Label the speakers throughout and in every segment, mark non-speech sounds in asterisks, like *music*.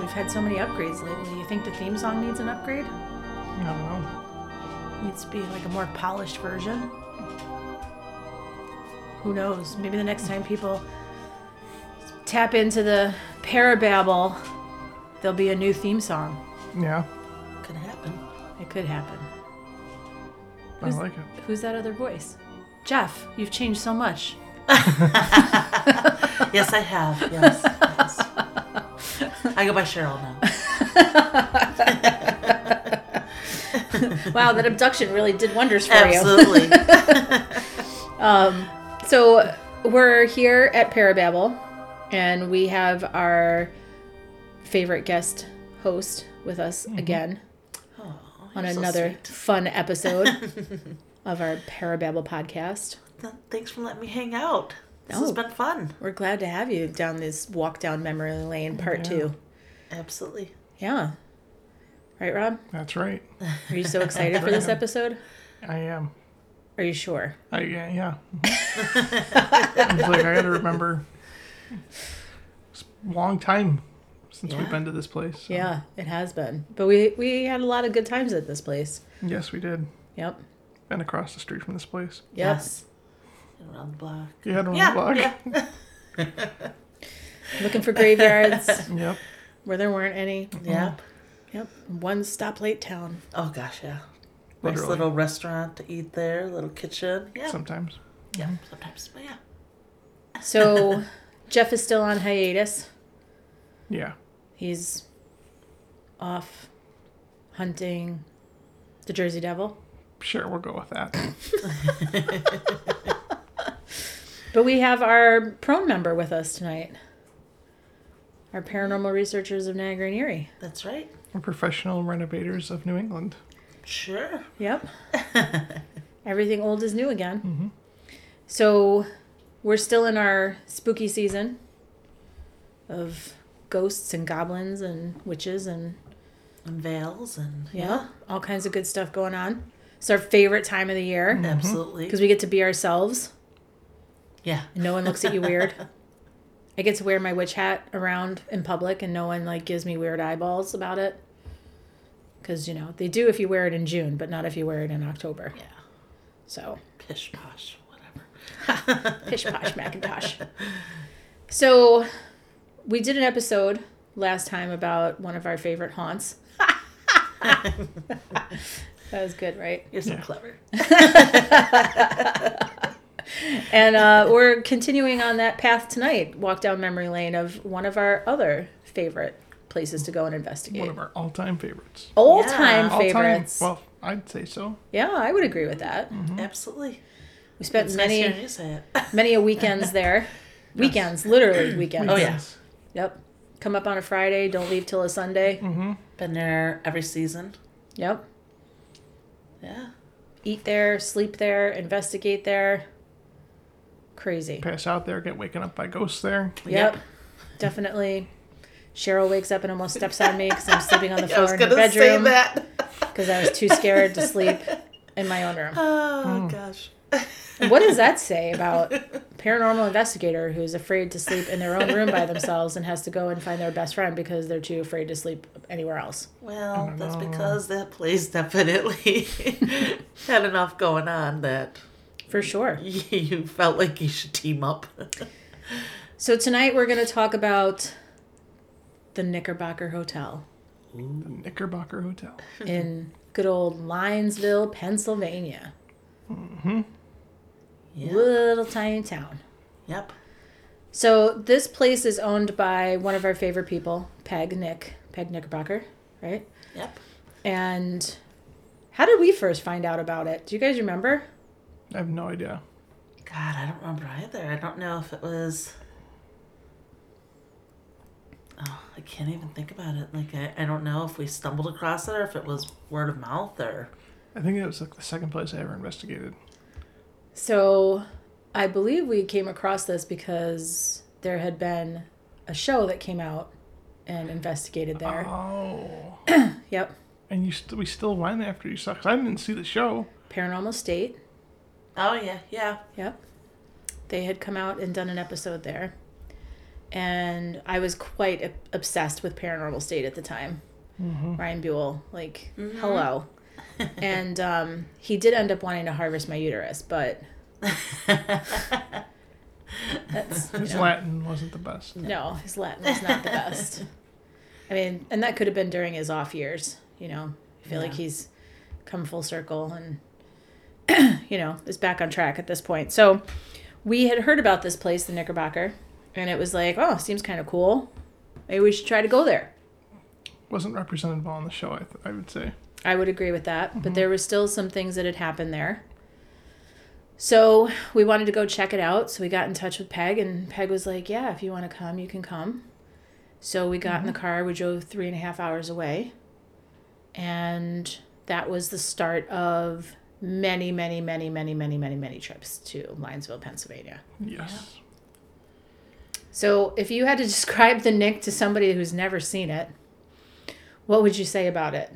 Speaker 1: We've had so many upgrades lately. You think the theme song needs an upgrade?
Speaker 2: I don't know.
Speaker 1: Needs to be like a more polished version. Who knows? Maybe the next time people tap into the parababble, there'll be a new theme song.
Speaker 2: Yeah,
Speaker 1: Could happen. It could happen.
Speaker 2: I
Speaker 1: Who's-
Speaker 2: like it.
Speaker 1: Who's that other voice? Jeff, you've changed so *laughs* much.
Speaker 3: Yes, I have. Yes. yes. I go by Cheryl now.
Speaker 1: Wow, that abduction really did wonders *laughs* for you.
Speaker 3: Absolutely.
Speaker 1: *laughs*
Speaker 3: Oh,
Speaker 1: Um, So we're here at Parababble, and we have our favorite guest host with us again on
Speaker 3: you're so
Speaker 1: another fun *laughs* episode of our Parababble podcast.
Speaker 3: Th- Thanks for letting me hang out. This has
Speaker 1: No.
Speaker 3: been fun.
Speaker 1: We're glad to have you down this walk down memory lane, part two.
Speaker 3: Absolutely.
Speaker 1: Yeah. Right, Rob?
Speaker 2: That's right.
Speaker 1: Are you so excited *laughs* for this episode?
Speaker 2: I am.
Speaker 1: Are you sure?
Speaker 2: I yeah.
Speaker 3: *laughs*
Speaker 2: yeah. it's like I gotta remember. It's a long time since
Speaker 3: Yeah.
Speaker 2: we've been to this place. so-
Speaker 1: Yeah, it has been. But we we had a lot of good times at this place.
Speaker 2: Yes, we did.
Speaker 1: Yep.
Speaker 2: Been across the street from this place.
Speaker 1: Yep.
Speaker 3: Yes. And around the block.
Speaker 2: You had on
Speaker 3: Yeah,
Speaker 2: the block.
Speaker 3: yeah.
Speaker 1: *laughs* Looking for graveyards
Speaker 2: Yep.
Speaker 1: *laughs* where there weren't any.
Speaker 3: Yeah.
Speaker 1: Yep. One stoplight town.
Speaker 3: Oh gosh, yeah.
Speaker 2: Literally.
Speaker 3: Nice little restaurant to eat there, little kitchen. Yeah.
Speaker 2: Sometimes.
Speaker 3: yeah. Sometimes, but yeah.
Speaker 1: So Jeff is still on hiatus.
Speaker 2: Yeah.
Speaker 1: He's off hunting the Jersey Devil.
Speaker 2: Sure, we'll go with that.
Speaker 1: But we have our prone member with us tonight. Our paranormal researchers of Niagara and Erie.
Speaker 3: That's right.
Speaker 2: We're professional renovators of New England.
Speaker 3: Sure.
Speaker 1: Yep. Everything old is new again. So we're still in our spooky season of ghosts and goblins and witches and
Speaker 3: And veils and
Speaker 1: yeah, all kinds of good stuff going on. It's our favorite time of the
Speaker 3: Mm-hmm.
Speaker 1: year
Speaker 3: Absolutely.
Speaker 1: because we get to be ourselves
Speaker 3: yeah.
Speaker 1: and no one looks at you weird. I get to wear my witch hat around in public and no one like gives me weird eyeballs about it. Cuz you know, they do if you wear it in June, but not if you wear it in October.
Speaker 3: Yeah.
Speaker 1: So
Speaker 3: Pish posh, whatever.
Speaker 1: Pish posh Macintosh. So, we did an episode last time about one of our favorite haunts. that was good, right?
Speaker 3: You're so
Speaker 2: Yeah.
Speaker 3: clever.
Speaker 1: And uh, we're continuing on that path tonight. Walk down memory lane of one of our other favorite places to go and
Speaker 2: One
Speaker 1: investigate.
Speaker 2: of our all time favorites.
Speaker 1: All time
Speaker 3: Yeah.
Speaker 2: All-time-
Speaker 1: favorites.
Speaker 2: Well, I'd say so.
Speaker 1: yeah, I would agree with that.
Speaker 3: Mm. Absolutely.
Speaker 1: We spent
Speaker 3: It's nice
Speaker 1: Mm-hmm. many
Speaker 3: hearing you say it. *laughs*
Speaker 1: many a weekends there. Weekends,
Speaker 3: *clears throat*
Speaker 1: literally weekends.
Speaker 3: Oh, yeah.
Speaker 2: Yes.
Speaker 1: Yep. Come up on a Friday, don't leave till a Sunday.
Speaker 2: Mm. Mm-hmm.
Speaker 3: Been there every season.
Speaker 1: Yep.
Speaker 3: Yeah.
Speaker 1: eat there, sleep there, investigate there. Crazy.
Speaker 2: Pass out there, get waken up by ghosts there.
Speaker 1: Yep.
Speaker 3: Yep.
Speaker 1: Definitely. Cheryl wakes up and almost steps on me because I'm sleeping on the
Speaker 3: *laughs* I was
Speaker 1: floor in her
Speaker 3: gonna say
Speaker 1: bedroom
Speaker 3: that.
Speaker 1: *laughs* because I was too scared to sleep in my own room.
Speaker 3: Oh gosh.
Speaker 1: What does that say about a paranormal investigator who's afraid to sleep in their own room by themselves and has to go and find their best friend because they're too afraid to sleep anywhere else?
Speaker 3: Well, that's because that place definitely *laughs* had enough going on that *laughs*
Speaker 1: For sure.
Speaker 3: you felt like you should team up.
Speaker 1: So tonight we're going to talk about the Knickerbocker Hotel
Speaker 2: The Knickerbocker Hotel.
Speaker 1: in good old Lyonsville, Pennsylvania.
Speaker 3: Yeah.
Speaker 1: little tiny town.
Speaker 3: Yep.
Speaker 1: So this place is owned by one of our favorite people, Peg Nick, Peg Knickerbocker, right?
Speaker 3: Yep.
Speaker 1: And how did we first find out about it? Do you guys remember?
Speaker 2: I have no idea.
Speaker 3: God, I don't remember either. I don't know if it was. Oh, I can't even think about it. Like I, I don't know if we stumbled across it or if it was word of mouth or.
Speaker 2: I think it was like the second place I ever investigated.
Speaker 1: So I believe we came across this because there had been a show that came out and investigated there.
Speaker 2: Oh.
Speaker 1: Yep.
Speaker 2: And you st- we still went after you saw, 'cause I didn't see the show.
Speaker 1: Paranormal State.
Speaker 3: Oh yeah, *laughs* yeah.
Speaker 1: Yep. They had come out and done an episode there. and I was quite ob- obsessed with Paranormal State at the time. Ryan Buell, like, hello. and um, he did end up wanting to harvest my uterus, *laughs* but that's you
Speaker 2: His
Speaker 1: know,
Speaker 2: Latin wasn't the best.
Speaker 1: no, his Latin was not the best. I mean, and that could have been during his off years. You know, I feel like
Speaker 3: Yeah.
Speaker 1: he's come full circle and *clears throat* you know is back on track at this point. So we had heard about this place, the Knickerbocker, and it was like, oh, seems kind of cool. Maybe we should try to go there.
Speaker 2: Wasn't represented well on the show. I, th- I would say.
Speaker 1: I would agree with that, but there were still some things that had happened there. So we wanted to go check it out. So we got in touch with Peg, and Peg was like, Yeah, if you want to come, you can come. So we got in the car, we drove three and a half hours away. And that was the start of many, many, many, many, many, many, many trips to Linesville, Pennsylvania.
Speaker 2: Yes.
Speaker 1: So if you had to *laughs* describe the Nick to somebody who's never seen it, what would you say about it?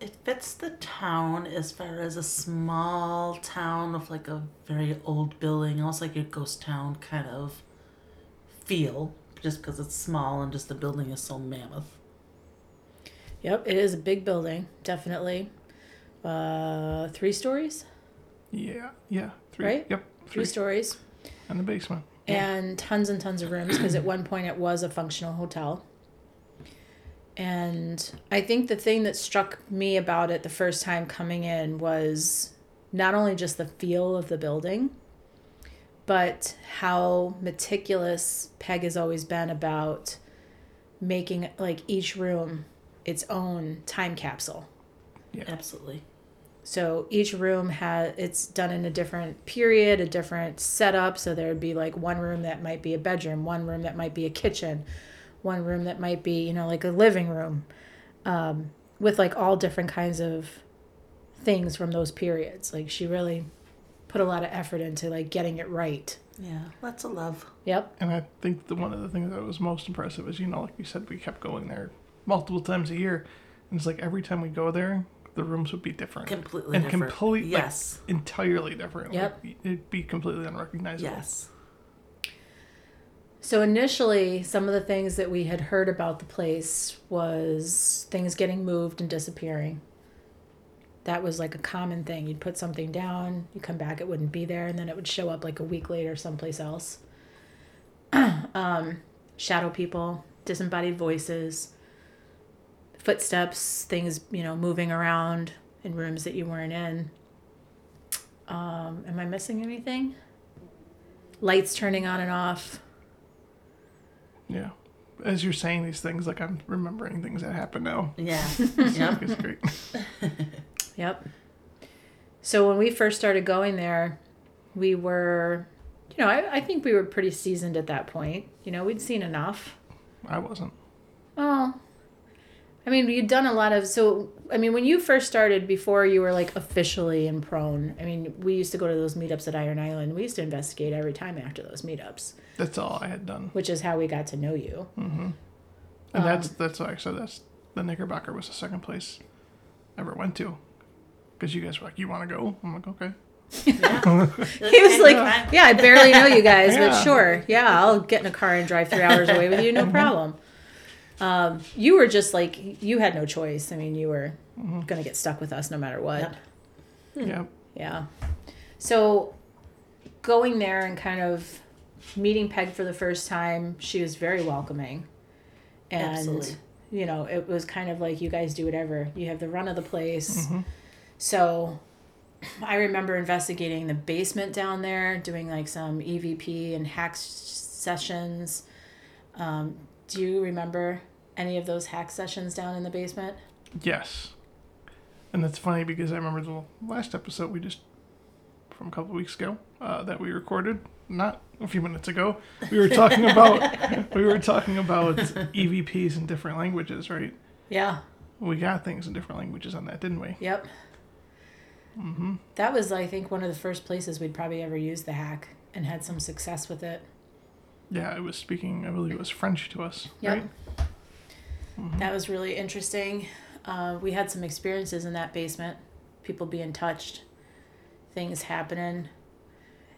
Speaker 3: It fits the town as far as a small town with like a very old building, almost like a ghost town kind of feel, just because it's small and just the building is so mammoth.
Speaker 1: Yep, it is a big building, definitely. Uh, three stories,
Speaker 2: Yeah. Yeah. Three.
Speaker 1: Right?
Speaker 2: Yep.
Speaker 1: three
Speaker 2: Three.
Speaker 1: stories,
Speaker 2: And the basement.
Speaker 1: and tons and tons of rooms because at one point it was a functional hotel. And I think the thing that struck me about it the first time coming in was not only just the feel of the building, but how meticulous Peg has always been about making like each room its own time capsule.
Speaker 3: Absolutely.
Speaker 1: So each room has it's done in a different period, a different setup. So there'd be like one room that might be a bedroom, one room that might be a kitchen, one room that might be you know like a living room, um, with like all different kinds of things from those periods. Like she really put a lot of effort into like getting it right.
Speaker 3: Yeah. Lots of love.
Speaker 1: Yep.
Speaker 2: And I think the one of the things that was most impressive is, you know, like you said, we kept going there multiple times a year. And it's like every time we go there, the rooms would be different.
Speaker 3: Completely
Speaker 2: and
Speaker 3: different.
Speaker 2: complete- like-
Speaker 3: Yes.
Speaker 2: Entirely different.
Speaker 1: Yep.
Speaker 2: Like, it'd be completely unrecognizable.
Speaker 3: yes.
Speaker 1: So initially, some of the things that we had heard about the place was things getting moved and disappearing. That was like a common thing. You'd put something down, you come back, it wouldn't be there, and then it would show up like a week later someplace else. *clears throat* um, shadow people, disembodied voices, footsteps, things you know moving around in rooms that you weren't in. Um, am I missing anything? Lights turning on and off.
Speaker 2: Yeah. As you're saying these things, like I'm remembering things that happen now.
Speaker 3: *laughs* Yeah.
Speaker 2: *laughs*
Speaker 3: yep.
Speaker 2: It's great.
Speaker 1: Yep. So when we first started going there, we were, you know, I, I think we were pretty seasoned at that point. You know, we'd seen enough.
Speaker 2: I wasn't.
Speaker 1: Oh, I mean, you'd done a lot of. So, I mean, when you first started, before you were like officially in prone, I mean, we used to go to those meetups at Iron Island. We used to investigate every time after those meetups,
Speaker 2: That's all I had done.
Speaker 1: which is how we got to know you.
Speaker 2: And that's that's why I said that's the Knickerbocker was the second place I ever went to. Because you guys were like, You wanna go? I'm like, Okay.
Speaker 3: *laughs*
Speaker 1: *laughs* He was like,
Speaker 3: Fine.
Speaker 1: yeah, I barely know you guys, but
Speaker 2: Yeah.
Speaker 1: sure. Yeah, I'll get in a car and drive three hours away with you, no problem. Um, you were just like, you had no choice. I mean, you were going to get stuck with us no matter what.
Speaker 3: Yep.
Speaker 2: Yeah.
Speaker 1: Yeah. So going there and kind of meeting Peg for the first time, she was very welcoming. And,
Speaker 3: Absolutely.
Speaker 1: you know, it was kind of like you guys do whatever. You have the run of the place. So I remember investigating the basement down there, doing like some EVP and hack s- sessions. Um, do you remember any of those hack sessions down in the basement?
Speaker 2: Yes. And that's funny because I remember the last episode we just, from a couple of weeks ago, uh, that we recorded, not a few minutes ago, we were talking about, we were talking about EVPs in different languages, right?
Speaker 1: Yeah.
Speaker 2: We got things in different languages on that, didn't we?
Speaker 1: Yep.
Speaker 3: Mm-hmm.
Speaker 1: That was, I think, one of the first places we'd probably ever used the hack and had some success with it.
Speaker 2: Yeah, it was speaking, I believe it was French to us,
Speaker 1: Yep.
Speaker 2: right?
Speaker 1: That was really interesting. Uh, we had some experiences in that basement, people being touched, things happening.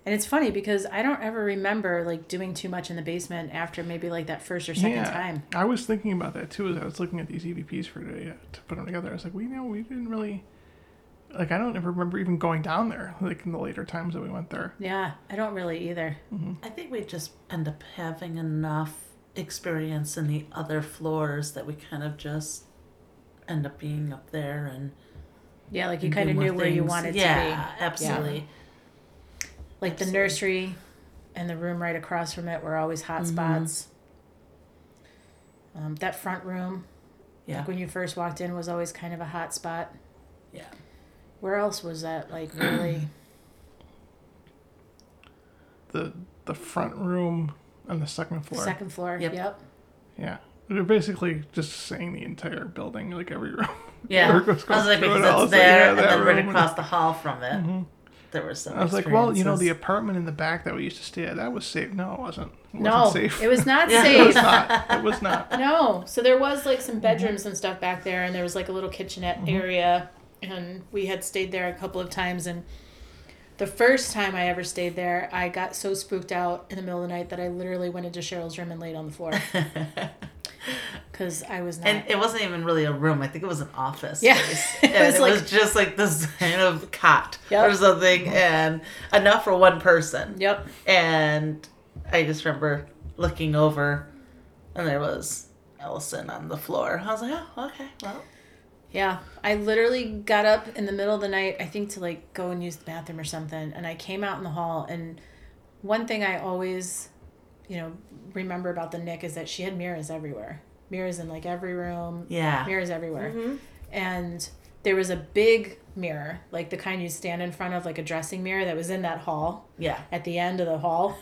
Speaker 1: And it's funny because I don't ever remember like doing too much in the basement after maybe like that first or second time.
Speaker 2: I was thinking about that too as I was looking at these EVPs for today uh, to put them together. I was like, we know we didn't really, like, I don't ever remember even going down there, like in the later times that we went there.
Speaker 1: Yeah, I don't really either.
Speaker 3: I think we just end up having enough experience in the other floors that we kind of just end up being up there and
Speaker 1: Yeah, like you
Speaker 3: and do
Speaker 1: kind of
Speaker 3: more
Speaker 1: knew where you
Speaker 3: things.
Speaker 1: wanted to
Speaker 3: yeah, absolutely.
Speaker 1: be. Like the
Speaker 3: absolutely.
Speaker 1: nursery and the room right across from it were always hot
Speaker 3: Mhm.
Speaker 1: spots. Um, that front room,
Speaker 3: Yeah,
Speaker 1: like when you first walked in, was always kind of a hot spot.
Speaker 3: yeah.
Speaker 1: Where else was that like
Speaker 3: *clears throat*
Speaker 1: really?
Speaker 2: The the front room on the second
Speaker 1: the
Speaker 2: floor.
Speaker 1: second floor.
Speaker 3: Yep.
Speaker 1: yep.
Speaker 2: Yeah. They're basically just saying the entire building, like every room.
Speaker 3: Yeah, I
Speaker 2: Eric was
Speaker 3: was like,
Speaker 2: going through
Speaker 3: because
Speaker 2: it all,
Speaker 3: that's
Speaker 2: so yeah,
Speaker 3: there, and
Speaker 2: that
Speaker 3: then right
Speaker 2: room. Mm-hmm.
Speaker 3: across the hall from it, there were some.
Speaker 2: I was like, well, you know, the
Speaker 3: experiences.
Speaker 2: apartment in the back that we used to stay at, that was safe. No, it wasn't. It
Speaker 1: No,
Speaker 2: wasn't safe.
Speaker 1: it was not
Speaker 3: *laughs* Yeah.
Speaker 2: it was
Speaker 1: safe.
Speaker 2: not. It was not.
Speaker 1: No. So there was like some bedrooms and stuff back there, and there was like a little kitchenette area, and we had stayed there a couple of times. And the first time I ever stayed there, I got so spooked out in the middle of the night that I literally went into Cheryl's room and laid on the floor because I was not.
Speaker 3: And it wasn't even really a room. I think it was an office.
Speaker 1: Yeah.
Speaker 3: space.
Speaker 1: *laughs* It
Speaker 3: And it,
Speaker 1: was
Speaker 3: was,
Speaker 1: like-
Speaker 3: just like this kind of cot
Speaker 1: Yep.
Speaker 3: or something, and enough for one person.
Speaker 1: yep.
Speaker 3: And I just remember looking over, and there was Ellison on the floor. I was like, oh, okay, well,
Speaker 1: Yeah. I literally got up in the middle of the night, I think to like go and use the bathroom or something. And I came out in the hall. And one thing I always, you know, remember about the Nick is that she had mirrors everywhere mirrors in like every room,
Speaker 3: yeah,
Speaker 1: mirrors everywhere. And there was a big mirror, like the kind you stand in front of, like a dressing mirror that was in that hall
Speaker 3: yeah.
Speaker 1: at the end of the
Speaker 3: *laughs*
Speaker 1: hall.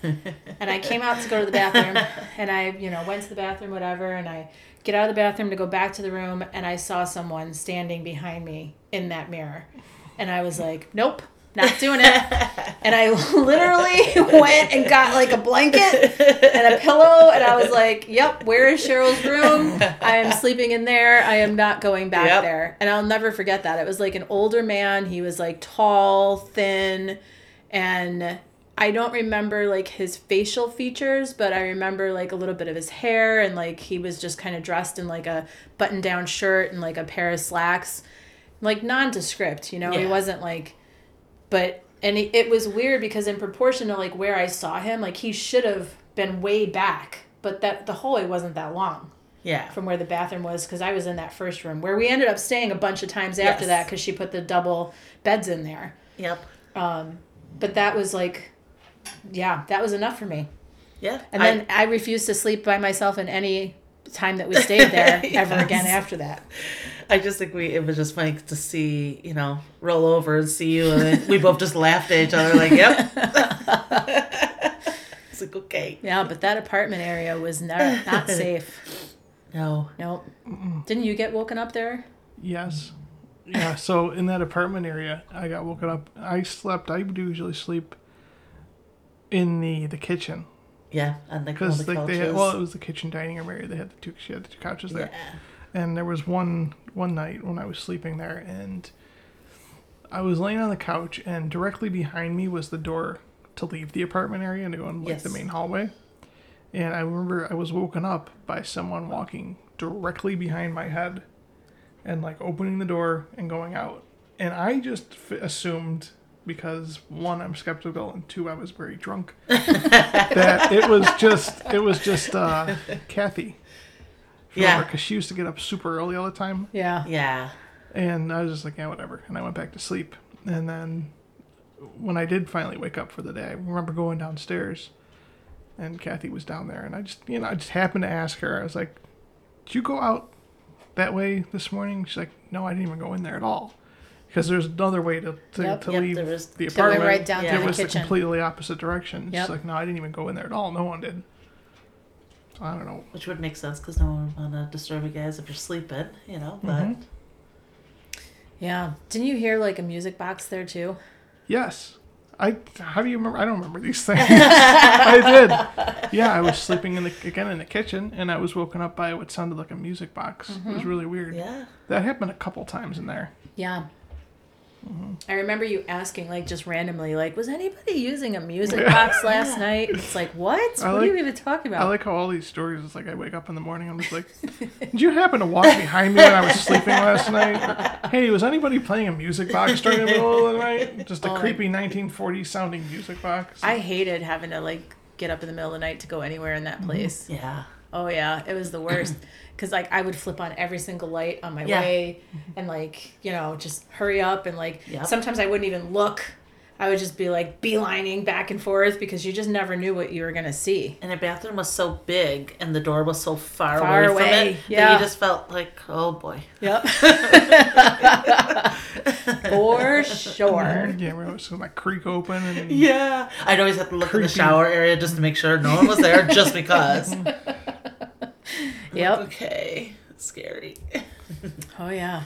Speaker 1: and I came out to go to the bathroom and I, you know, went to the bathroom, whatever, and I get out of the bathroom to go back to the room and I saw someone standing behind me in that mirror. And I was like, Nope, not doing
Speaker 3: *laughs*
Speaker 1: it. and I literally went and got like a blanket and a pillow and I was like, Yep, where is Cheryl's room? I am sleeping in there. I am not going back
Speaker 3: Yep.
Speaker 1: there. And I'll never forget that. It was like an older man. He was like tall, thin, and I don't remember like his facial features, but I remember like a little bit of his hair and like he was just kind of dressed in like a button down shirt and like a pair of slacks. Like nondescript, you know, he
Speaker 3: Yeah.
Speaker 1: wasn't like but and it, it was weird because in proportion to like where I saw him, like he should have been way back, but that the hallway wasn't that long
Speaker 3: yeah.
Speaker 1: from where the bathroom was because I was in that first room where we ended up staying a bunch of times after
Speaker 3: Yes.
Speaker 1: that because she put the double beds in there.
Speaker 3: Yep.
Speaker 1: But that was like, yeah, that was enough for me.
Speaker 3: Yeah.
Speaker 1: And then I refused to sleep by myself in any time that we stayed
Speaker 2: *laughs*
Speaker 1: there ever again
Speaker 3: Yes.
Speaker 1: after that.
Speaker 3: I just think we it was just funny to see you know roll over and see you and then we both just laughed at each other
Speaker 2: *laughs*
Speaker 3: like yep. it's like okay
Speaker 1: Yeah, but that apartment area was never
Speaker 2: *laughs*
Speaker 1: not safe.
Speaker 3: no
Speaker 1: Nope. Didn't you get woken up there?
Speaker 2: Yes. Yeah, so in that apartment area, I got woken up. I slept, I do usually sleep in the, the kitchen.
Speaker 3: yeah and like all
Speaker 2: Because
Speaker 3: the
Speaker 2: like
Speaker 3: couches
Speaker 2: they had, well, it was the kitchen dining room area. They had the two, she had the two couches there.
Speaker 3: yeah
Speaker 2: and there was one one night when I was sleeping there, and I was laying on the couch, and directly behind me was the door to leave the apartment area and to go in like the
Speaker 3: Yes.
Speaker 2: main hallway. And I remember I was woken up by someone walking directly behind my head, and like opening the door and going out. And I just f- assumed because one I'm skeptical and two I was very drunk that it was just it was just uh, Kathy
Speaker 3: Yeah.
Speaker 2: because she used to get up super early all the time,
Speaker 1: Yeah.
Speaker 3: yeah
Speaker 2: and I was just like, yeah, whatever, and I went back to sleep. And then when I did finally wake up for the day, I remember going downstairs, and Kathy was down there, and I just, you know, I just happened to ask her. I was like, "Did you go out that way this morning?" She's like, "No, I didn't even go in there at all." Because there's another way to, to,
Speaker 1: Yep,
Speaker 2: to
Speaker 3: yep,
Speaker 2: leave
Speaker 3: there was-
Speaker 2: the
Speaker 1: So we
Speaker 2: apartment.
Speaker 1: went right down
Speaker 3: Yeah.
Speaker 1: through
Speaker 2: it
Speaker 1: the
Speaker 2: was the
Speaker 1: kitchen.
Speaker 2: completely opposite direction.
Speaker 1: Yep.
Speaker 2: She's like, no, I didn't even go in there at all. No one did. So I don't know.
Speaker 3: which would make sense because no one would want to disturb you guys if you're sleeping you know but
Speaker 2: Mm-hmm.
Speaker 1: yeah. Didn't you hear like a music box there too?
Speaker 2: Yes. I how do you remember? I don't
Speaker 1: *laughs*
Speaker 2: remember these things. I did. Yeah, I was sleeping in the again in the kitchen, and I was woken up by what sounded
Speaker 1: Mm-hmm.
Speaker 2: like a music box. It was really weird.
Speaker 3: yeah
Speaker 2: That happened a couple times in there.
Speaker 1: Yeah.
Speaker 2: Mm-hmm.
Speaker 1: I remember you asking, like, just randomly, like, was anybody using a music box last night? It's like, what? What
Speaker 2: I
Speaker 1: are you
Speaker 2: like-
Speaker 1: even talking
Speaker 2: I
Speaker 1: about?
Speaker 2: like how all these stories. It's like I wake up in the morning. I'm just like, did you happen to walk behind me
Speaker 1: *laughs*
Speaker 2: when I was sleeping last night? Or, hey, was anybody playing a music box during the middle of the night? Just a
Speaker 1: Oh, I-
Speaker 2: creepy 1940s sounding music box.
Speaker 1: I hated having to like get up in the middle of the night to go anywhere in
Speaker 2: Mm-hmm.
Speaker 1: that place.
Speaker 3: Yeah.
Speaker 1: Oh yeah, it was the worst. Cause like I would flip on every single light on my
Speaker 3: Yeah.
Speaker 1: way, and like you know just hurry up and like
Speaker 3: Yep.
Speaker 1: sometimes I wouldn't even look. I would just be like beelining back and forth because you just never knew what you were gonna see.
Speaker 3: And the bathroom was so big and the door was so far,
Speaker 1: Far
Speaker 3: away, from
Speaker 1: away,
Speaker 3: it that
Speaker 1: yeah.
Speaker 3: you just felt like, oh boy.
Speaker 1: Yep. *laughs* For
Speaker 2: *laughs*
Speaker 1: sure.
Speaker 2: yeah, where it was like creak open and
Speaker 3: Yeah. I'd always have to look in the
Speaker 2: Creepy.
Speaker 3: shower area just to make sure no one was there
Speaker 2: *laughs*
Speaker 3: just because.
Speaker 1: Yep.
Speaker 3: Okay. Scary.
Speaker 1: Oh
Speaker 3: *laughs*
Speaker 1: yeah.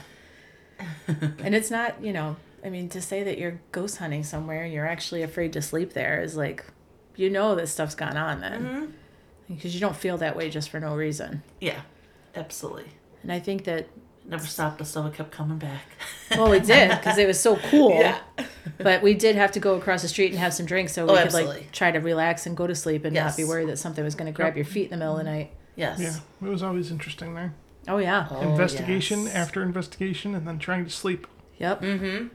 Speaker 1: and it's not, you know, I mean to say that you're ghost hunting somewhere and you're actually afraid to sleep there is like you know this stuff's gone on then.
Speaker 3: Mm-hmm.
Speaker 1: Because you don't feel that way just for no reason.
Speaker 3: Yeah. Absolutely.
Speaker 1: And I think that
Speaker 3: Never stopped us so it kept coming back. *laughs*
Speaker 1: well we did because it was so cool.
Speaker 3: Yeah.
Speaker 1: But we did have to go across the street and have some drinks so we
Speaker 3: Oh,
Speaker 1: could
Speaker 3: absolutely.
Speaker 1: like try to relax and go to sleep and not be
Speaker 3: Yes.
Speaker 1: worried that something was going to grab your feet in the middle of the night.
Speaker 3: Yes.
Speaker 2: yeah, it was always interesting there.
Speaker 1: Oh yeah.
Speaker 3: Oh,
Speaker 2: investigation
Speaker 3: yes.
Speaker 2: after investigation, and then trying to sleep.
Speaker 1: Yep. Mm-hmm.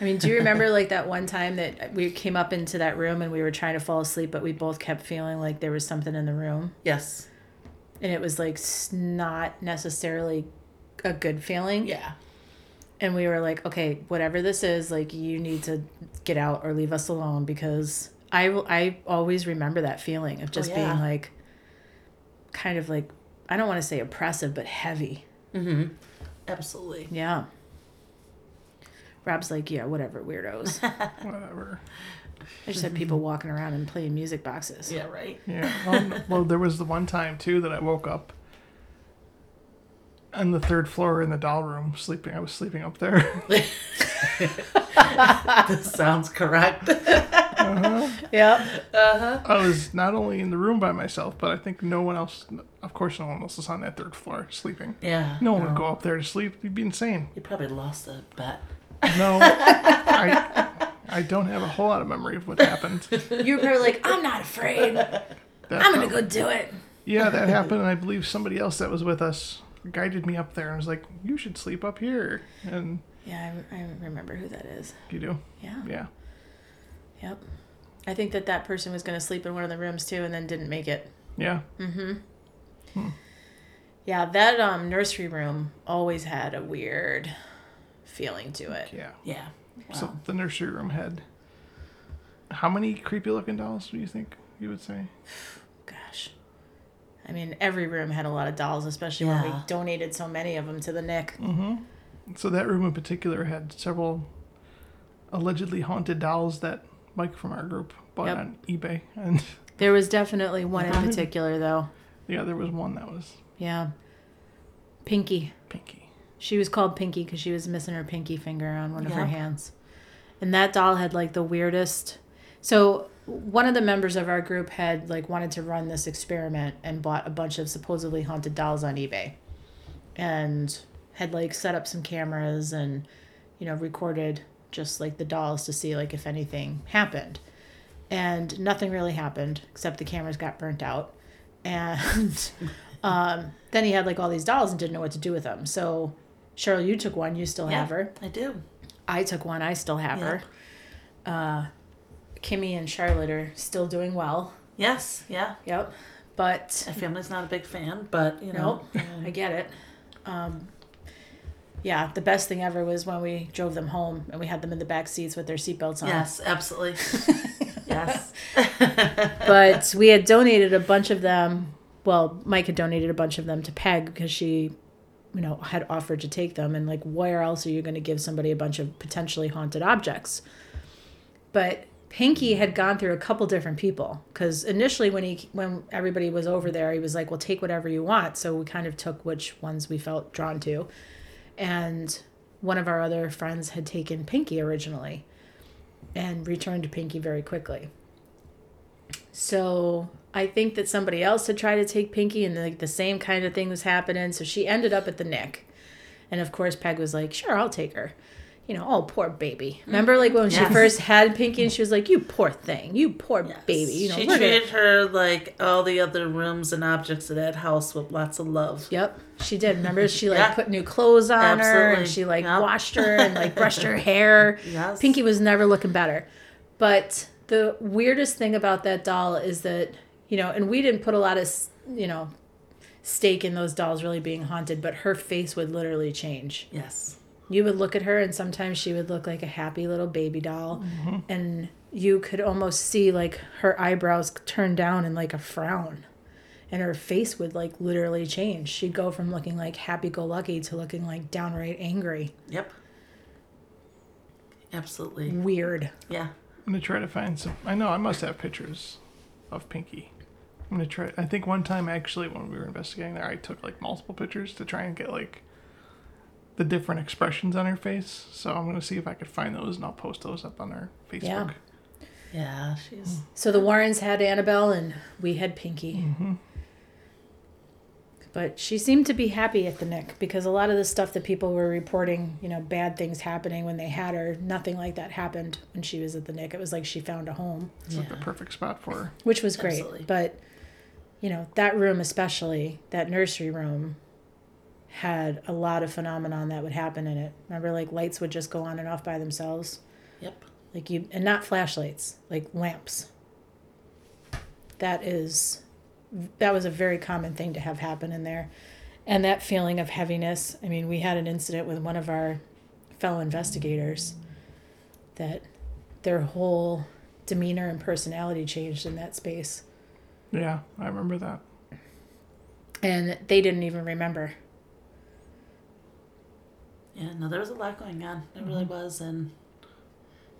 Speaker 1: I mean, do you remember like that one time that we came up into that room and we were trying to fall asleep, but we both kept feeling like there was something in the room,
Speaker 3: Yes.
Speaker 1: and it was like s- not necessarily a good feeling.
Speaker 3: Yeah.
Speaker 1: And we were like, okay, whatever this is, like you need to get out or leave us alone because I will. I always remember that feeling of just
Speaker 3: Oh, yeah.
Speaker 1: being like, kind of like I don't want to say oppressive, but heavy.
Speaker 3: Mm-hmm. Absolutely.
Speaker 1: Yeah. Rob's like, yeah, whatever,
Speaker 3: *laughs*
Speaker 1: weirdos.
Speaker 2: Whatever.
Speaker 1: I just had people walking around and playing music boxes.
Speaker 3: Yeah, right. *laughs*
Speaker 2: Yeah. Well, well, there was the one time too that I woke up on the third floor in the doll room sleeping. I was sleeping up there. *laughs*
Speaker 3: This
Speaker 2: *laughs*
Speaker 3: sounds correct.
Speaker 1: *laughs*
Speaker 3: Uh-huh.
Speaker 1: Yep.
Speaker 2: I was not only in the room by myself, but I think no one else. Of course, no one else was on that third floor sleeping.
Speaker 3: Yeah. Oh.
Speaker 2: No one would go up there to sleep. You'd be insane.
Speaker 3: You probably lost a bet.
Speaker 2: No, I, I don't have a whole lot of memory of what happened.
Speaker 1: You were probably like, I'm not afraid.
Speaker 2: That
Speaker 1: I'm going to go do it.
Speaker 2: Yeah, that happened, and I believe somebody else that was with us guided me up there and was like, "You should sleep up here." And
Speaker 1: Yeah, I, I remember who that is.
Speaker 2: you do,
Speaker 1: Yeah.
Speaker 2: yeah.
Speaker 1: Yep. I think that that person was going to sleep in one of the rooms too and then didn't make it.
Speaker 2: Yeah,
Speaker 1: Yeah, that um, nursery room always had a weird feeling to it.
Speaker 2: yeah.
Speaker 3: Yeah.
Speaker 2: So the nursery room had how many creepy looking dolls do you think you would say?
Speaker 1: Gosh. I mean, every room had a lot of dolls, especially when we
Speaker 3: Yeah.
Speaker 1: donated so many of them to the Nick.
Speaker 2: So that room in particular had several allegedly haunted dolls that Mike from our group bought
Speaker 1: Yep.
Speaker 2: on eBay, and
Speaker 1: There was definitely one in particular, though.
Speaker 2: yeah, there was one that was
Speaker 1: Yeah. Pinky.
Speaker 2: Pinky.
Speaker 1: She was called Pinky because she was missing her pinky finger on one of her
Speaker 3: Yeah.
Speaker 1: hands. And that doll had like the weirdest. So one of the members of our group had like wanted to run this experiment and bought a bunch of supposedly haunted dolls on eBay and had like set up some cameras and you know recorded just like the dolls to see like if anything happened. And nothing really happened except the cameras got burnt out. *laughs* And um, then he had like all these dolls and didn't know what to do with them. So Cheryl, you took one, you still
Speaker 3: Yeah,
Speaker 1: have her.
Speaker 3: I do.
Speaker 1: I took one, I still have her. Uh, Kimmy and Charlotte are still doing well.
Speaker 3: Yes. Yeah.
Speaker 1: Yep. But
Speaker 3: My family's not a big fan, but you know.
Speaker 1: nope,
Speaker 2: *laughs*
Speaker 1: I get it. Um, yeah, the best thing ever was when we drove them home and we had them in the back seats with their seatbelts on.
Speaker 3: Yes, absolutely.
Speaker 2: *laughs*
Speaker 3: yes.
Speaker 1: but we had donated a bunch of them. Well, Mike had donated a bunch of them to Peg because she, you know, had offered to take them. And like, where else are you going to give somebody a bunch of potentially haunted objects? But Pinky had gone through a couple different people because initially, when he when everybody was over there, he was like, "Well, take whatever you want." So we kind of took which ones we felt drawn to, and one of our other friends had taken Pinky originally, and returned to Pinky very quickly. So I think that somebody else had tried to take Pinky, and like the same kind of thing was happening. So she ended up at the Nick, and of course Peg was like, "Sure, I'll take her," you know, oh poor baby. Remember like when
Speaker 3: Yes.
Speaker 1: she first had Pinky and she was like, You poor thing, you poor
Speaker 3: Yes.
Speaker 1: baby. You know,
Speaker 3: she
Speaker 1: we're gonna-
Speaker 3: treated her like all the other rooms and objects in that house with lots of love.
Speaker 1: Yep, she did. Remember, she like
Speaker 3: Yeah.
Speaker 1: put new clothes on her,
Speaker 3: Absolutely.
Speaker 1: and she like
Speaker 3: Yep.
Speaker 1: washed her and like brushed her
Speaker 3: *laughs*
Speaker 1: hair.
Speaker 3: Yes.
Speaker 1: Pinky was never looking better. But the weirdest thing about that doll is that you know, and we didn't put a lot of s- you know stake in those dolls really being haunted, but her face would literally change.
Speaker 3: Yes.
Speaker 1: You would look at her, and sometimes she would look like a happy little baby doll, and you could almost see like her eyebrows turn down in like a frown and her face would like literally change. She'd go from looking like happy go lucky to looking like downright angry.
Speaker 3: Yep.
Speaker 1: Mm.
Speaker 3: Absolutely.
Speaker 1: Weird.
Speaker 3: Yeah.
Speaker 2: I'm gonna try to find some. I know I must have pictures of Pinky. I'm gonna try. I think one time actually when we were investigating there, I took like multiple pictures to try and get like the different expressions on her face. So I'm gonna see if I could find those and I'll post those up on our Facebook.
Speaker 1: Yeah.
Speaker 3: Yeah. She's.
Speaker 1: So the Warrens had Annabelle and we had Pinky. But she seemed to be happy at the Nick because a lot of the stuff that people were reporting, you know, bad things happening when they had her, nothing like that happened when she was at the Nick. It was like she found a home,
Speaker 2: It's like a perfect spot for her.
Speaker 1: which was great.
Speaker 3: Absolutely.
Speaker 1: But, you know, that room, especially that nursery room, had a lot of phenomenon that would happen in it. Remember, like lights would just go on and off by themselves?
Speaker 3: Yep.
Speaker 1: like you and not flashlights like lamps that is that was a very common thing to have happen in there and that feeling of heaviness i mean we had an incident with one of our fellow investigators that their whole demeanor and personality changed in that space
Speaker 2: Yeah, I remember that.
Speaker 1: and they didn't even remember
Speaker 3: Yeah, no, there was a lot going on. There really
Speaker 1: Mm-hmm.
Speaker 3: was, and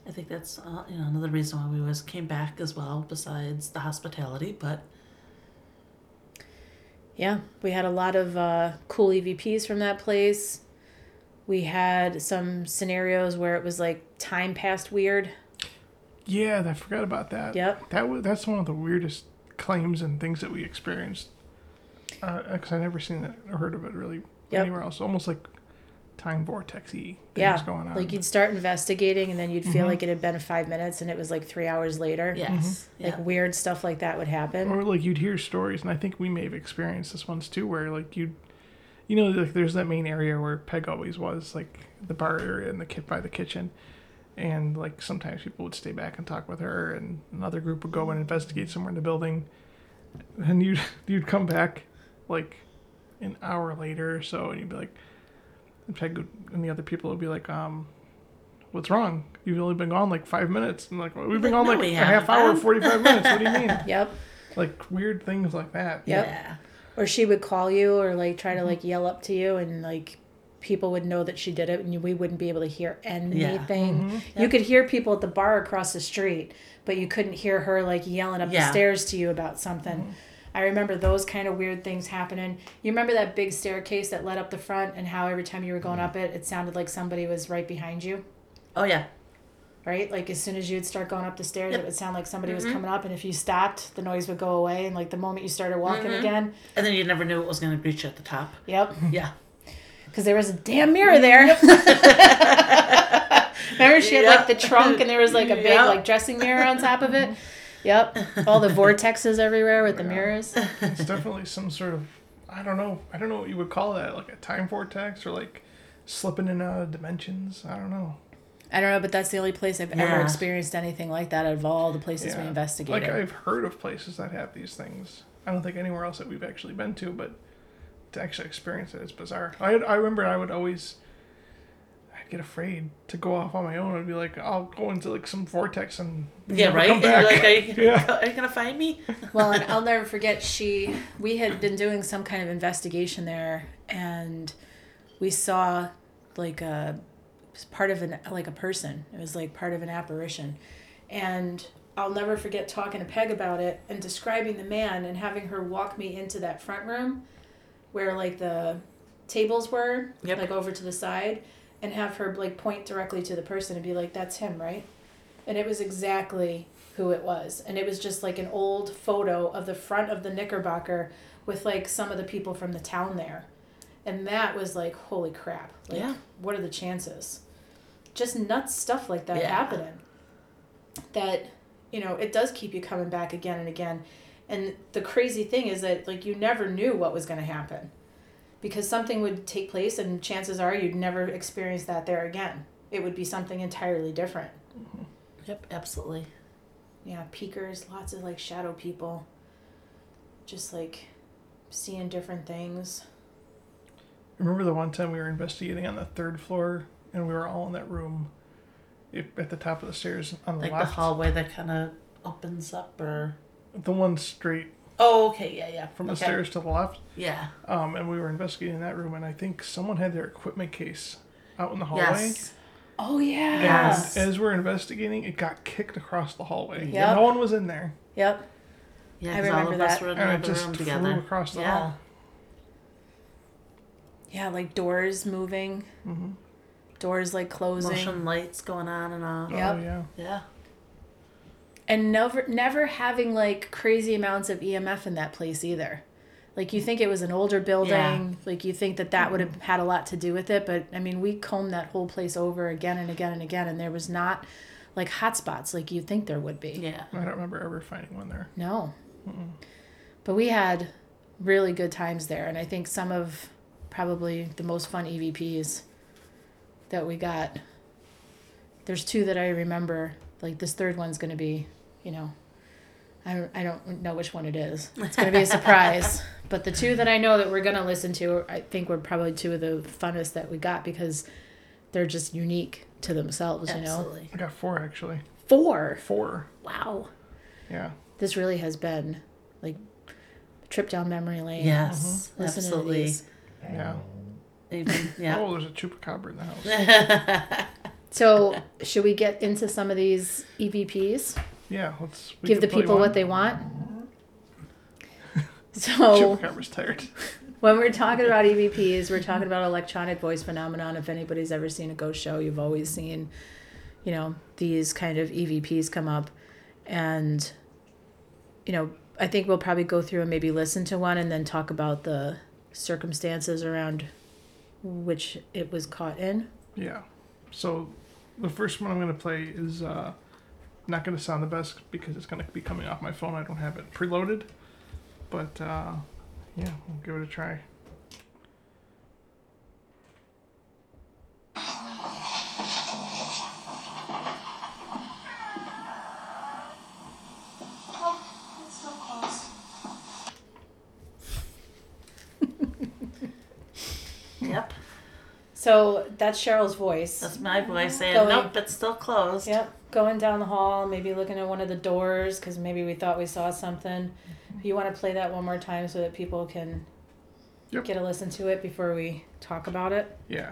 Speaker 3: I think that's uh, you know another reason why we always came back as well, besides the hospitality. But
Speaker 1: Mm-hmm. Yeah, we had a lot of uh, cool EVPs from that place. We had some scenarios where it was like time passed weird.
Speaker 2: Yeah, I forgot about that.
Speaker 1: Yep.
Speaker 2: That was that's one of the weirdest claims and things that we experienced. Because I never seen that or heard of it really
Speaker 1: Yep.
Speaker 2: anywhere else. Almost like time vortexy things
Speaker 1: yeah,
Speaker 2: going on.
Speaker 1: like you'd start investigating and then you'd feel like it had been five minutes and it was like three hours later.
Speaker 3: yes,
Speaker 1: Like weird stuff like that would happen.
Speaker 2: or like you'd hear stories, and I think we may have experienced this once too, where like you, you know, like there's that main area where Peg always was, like the bar area and the kit by the kitchen, and like sometimes people would stay back and talk with her, and another group would go and investigate somewhere in the building, and you'd *laughs* you'd come back, like, an hour later or so, and you'd be like, and Peg would, and the other people would be like, um. What's wrong? You've only been gone like five minutes. And like, well, we've been
Speaker 3: Like,
Speaker 2: gone
Speaker 3: no,
Speaker 2: like
Speaker 3: we
Speaker 2: a half
Speaker 3: haven't.
Speaker 2: hour, 45 minutes. What do you
Speaker 3: *laughs*
Speaker 2: mean?
Speaker 1: Yep.
Speaker 2: like weird things like that.
Speaker 1: Yep.
Speaker 3: yeah,
Speaker 1: Or she would call you or like try to like yell up to you and like people would know that she did it and you- we wouldn't be able to hear anything. You could hear people at the bar across the street, but you couldn't hear her like yelling up
Speaker 3: Yeah.
Speaker 1: the stairs to you about something. I remember those kind of weird things happening. You remember that big staircase that led up the front and how every time you were going up it, it sounded like somebody was right behind you?
Speaker 3: oh yeah,
Speaker 1: right? Like as soon as you'd start going up the stairs,
Speaker 3: Yep. Mm-hmm.
Speaker 1: it would sound like somebody was coming up, and if you stopped, the noise would go away. And like the moment you started walking
Speaker 3: Mm-hmm.
Speaker 1: again,
Speaker 3: and then you never knew what was going to greet you at the top.
Speaker 1: yep,
Speaker 3: Yeah,
Speaker 1: because there was a damn mirror there. *laughs* Remember, she had like
Speaker 3: Yep.
Speaker 1: the trunk, and there was like a big
Speaker 3: Yep.
Speaker 1: like dressing mirror on top of it. Yep, all the vortexes everywhere with the mirrors.
Speaker 2: It's definitely some sort of I don't know. I don't know what you would call that, like a time vortex or like slipping in and out of dimensions. I don't know.
Speaker 1: I don't know, but that's the only place I've ever
Speaker 3: Yeah.
Speaker 1: experienced anything like that out of all the places we
Speaker 2: Yeah.
Speaker 1: investigated.
Speaker 2: Like I've heard of places that have these things. I don't think anywhere else that we've actually been to, but to actually experience it is bizarre. I I remember I would always I'd get afraid to go off on my own. I'd be like, I'll go into like some vortex and
Speaker 3: yeah,
Speaker 2: never
Speaker 3: right.
Speaker 2: come
Speaker 3: And *laughs* you're
Speaker 2: back.
Speaker 3: like, are
Speaker 1: *laughs*
Speaker 3: you, gonna,
Speaker 2: Yeah.
Speaker 3: are you gonna find me?
Speaker 1: well, and I'll never forget she we had been doing some kind of investigation there and we saw like a it was part of an like a person. It was like part of an apparition. And I'll never forget talking to Peg about it and describing the man and having her walk me into that front room where like the tables were
Speaker 3: Yep.
Speaker 1: like over to the side and have her like point directly to the person and be like that's him, right? and it was exactly who it was and it was just like an old photo of the front of the knickerbocker with like some of the people from the town there and that was like holy crap like
Speaker 3: Yeah.
Speaker 1: what are the chances just nuts stuff like that
Speaker 3: Yeah.
Speaker 1: happening. That, you know, it does keep you coming back again and again. And the crazy thing is that, like, you never knew what was going to happen because something would take place, and chances are you'd never experience that there again. It would be something entirely different.
Speaker 3: Yep, absolutely.
Speaker 1: Yeah, peekers, lots of like shadow people. Just like seeing different things.
Speaker 2: Remember the one time we were investigating on the third floor and we were all in that room it- at the top of the stairs on the
Speaker 3: Like
Speaker 2: left?
Speaker 3: the hallway that kind of opens up, or
Speaker 2: the one straight
Speaker 3: oh, okay, yeah, yeah,
Speaker 2: from the
Speaker 3: okay.
Speaker 2: stairs to the left.
Speaker 3: Yeah.
Speaker 2: Um, and we were investigating that room, and I think someone had their equipment case out in the hallway.
Speaker 3: Yes.
Speaker 1: Oh, yeah.
Speaker 2: And
Speaker 3: Yes.
Speaker 2: as we're investigating, it got kicked across the hallway.
Speaker 1: Yep.
Speaker 2: No one was in there.
Speaker 1: Yep. I
Speaker 3: Yeah, because all
Speaker 1: remember
Speaker 3: of us
Speaker 1: that.
Speaker 3: were in
Speaker 2: And it
Speaker 3: another
Speaker 2: just
Speaker 3: room
Speaker 2: flew
Speaker 3: together.
Speaker 2: across the
Speaker 3: yeah.
Speaker 2: hall.
Speaker 1: Yeah, like doors moving,
Speaker 2: Mm-hmm.
Speaker 1: doors like closing.
Speaker 3: Motion lights going on and off.
Speaker 1: Yeah.
Speaker 2: Oh,
Speaker 1: Yep.
Speaker 2: yeah.
Speaker 3: Yeah.
Speaker 1: and never never having like crazy amounts of EMF in that place either. Like you think it was an older building,
Speaker 3: Yeah.
Speaker 1: like you think that that would have had a lot to do with it, but I mean we combed that whole place over again and again and again and there was not like hot spots like you'd think there would be.
Speaker 3: Yeah.
Speaker 2: I don't remember ever finding one there.
Speaker 1: No. But we had really good times there and I think some of probably the most fun EVPs that we got. There's two that I remember. Like this third one's going to be, you know, I don't, I don't know which one it is. It's going to be a surprise. but the two that I know that we're going to listen to, I think were probably two of the funnest that we got because they're just unique to themselves, you know.
Speaker 3: Absolutely.
Speaker 2: I got four, actually.
Speaker 1: Four.
Speaker 2: Four.
Speaker 1: Wow
Speaker 2: Yeah.
Speaker 1: this really has been like a trip down memory lane.
Speaker 3: Yes.
Speaker 1: Listening mm-hmm. To
Speaker 3: Absolutely.
Speaker 1: these.
Speaker 2: Yeah.
Speaker 3: Even- yeah.
Speaker 2: Oh, there's a chupacabra in the house.
Speaker 1: So, should we get into some of these EVPs?
Speaker 2: Yeah, let's we
Speaker 1: Give the
Speaker 2: could play
Speaker 1: people
Speaker 2: one.
Speaker 1: what they
Speaker 2: *laughs*
Speaker 1: want.
Speaker 3: Oh.
Speaker 1: So,
Speaker 2: Chupacabra's tired.
Speaker 1: when we're talking about EVPs, we're talking about electronic voice phenomenon. If anybody's ever seen a ghost show, you've always seen, you know, these kind of EVPs come up, and, you know, I think we'll probably go through and maybe listen to one and then talk about the circumstances around which it was caught in.
Speaker 2: Yeah. So the first one I'm gonna play is uh, not gonna sound the best because it's gonna be coming off my phone. I don't have it preloaded, but uh, yeah, we'll give it a try.
Speaker 4: Oh, it's still closed.
Speaker 3: *laughs* yep.
Speaker 1: So that's Cheryl's voice.
Speaker 3: That's my voice saying,
Speaker 1: Going-
Speaker 3: nope, it's still closed.
Speaker 1: Yep, going down the hall, maybe looking at one of the doors because maybe we thought we saw something. You want to play that one more time so that people can
Speaker 2: Yep.
Speaker 1: get a listen to it before we talk about it.
Speaker 2: Yeah.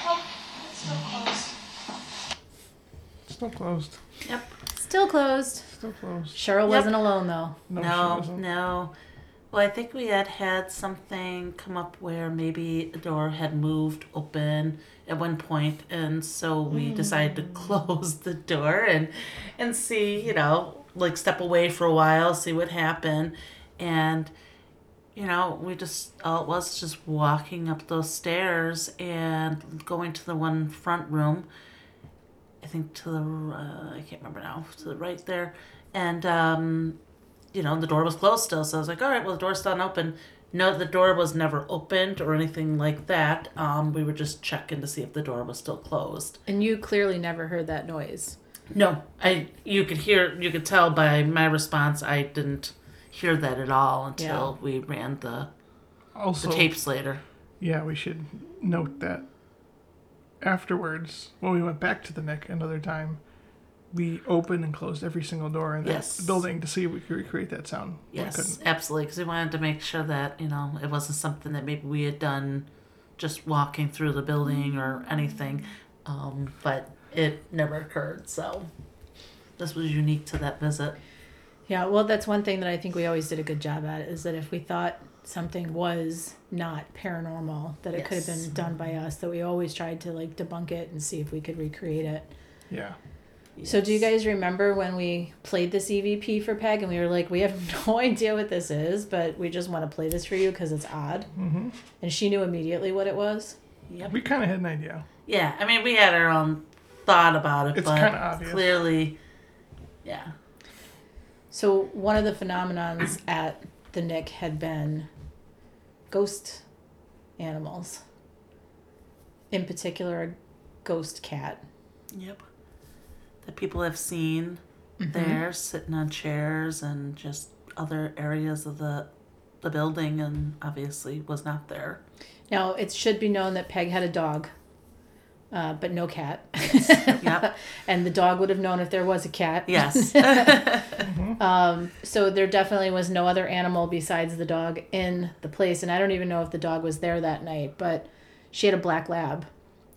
Speaker 4: Oh, it's still closed.
Speaker 2: Still closed.
Speaker 3: Yep.
Speaker 1: Still closed.
Speaker 2: Still closed.
Speaker 1: Cheryl
Speaker 3: Yep.
Speaker 1: wasn't alone though.
Speaker 2: No, she
Speaker 3: No,
Speaker 2: doesn't.
Speaker 3: no. Well, I think we had had something come up where maybe a door had moved open at one point, and so
Speaker 2: Hmm.
Speaker 3: we decided to *laughs* close the door and and see, you know, like step away for a while, see what happened, and you know, we just all it was just walking up those stairs and going to the one front room. I think to the uh, I can't remember now to the right there, and um, you know, the door was closed still. So I was like, all right, well, the door's still open. No, the door was never opened or anything like that. Um, we were just checking to see if the door was still closed.
Speaker 1: And you clearly never heard that noise.
Speaker 3: No, I you could hear, you could tell by my response, I didn't hear that at all until we ran the, the
Speaker 2: Also,
Speaker 3: tapes later.
Speaker 2: yeah, we should note that afterwards, when we went back to the Nick another time, we opened and closed every single door in that
Speaker 3: Yes.
Speaker 2: building to see if we could recreate that sound. We
Speaker 3: Yes,
Speaker 2: couldn't.
Speaker 3: absolutely, because we wanted to make sure that you know it wasn't something that maybe we had done just walking through the building or anything, um, but it never occurred. So this was unique to that visit.
Speaker 1: Yeah, well, that's one thing that I think we always did a good job at is that if we thought something was not paranormal, that it could have
Speaker 3: Yes.
Speaker 1: been done by us, that we always tried to like debunk it and see if we could recreate it.
Speaker 2: Yeah.
Speaker 1: So do you guys remember when we played this EVP for Peg and we were like, we have *laughs* no idea what this is, but we just want to play this for you because it's odd.
Speaker 2: Mm-hmm.
Speaker 1: And she knew immediately what it was.
Speaker 3: Yep.
Speaker 2: We kind of had an idea.
Speaker 3: Yeah, I mean, we had our own thought about it,
Speaker 2: It's
Speaker 3: but
Speaker 2: kinda obvious.
Speaker 3: clearly, yeah,
Speaker 1: So one of the phenomenons at the Nick had been ghost animals. In particular, a ghost cat.
Speaker 3: yep. That people have seen
Speaker 2: Mm-hmm.
Speaker 3: there sitting on chairs and just other areas of the the building, and obviously was
Speaker 1: *laughs*
Speaker 3: not there.
Speaker 1: Now, it should be known that Peg had a dog, uh, but no cat. *laughs*
Speaker 3: Yep.
Speaker 1: and the dog would have known if there was a cat.
Speaker 3: Yes.
Speaker 1: Um, so there definitely was no other animal besides the dog in the place, and I don't even know if the dog was there that night. But she had a black lab,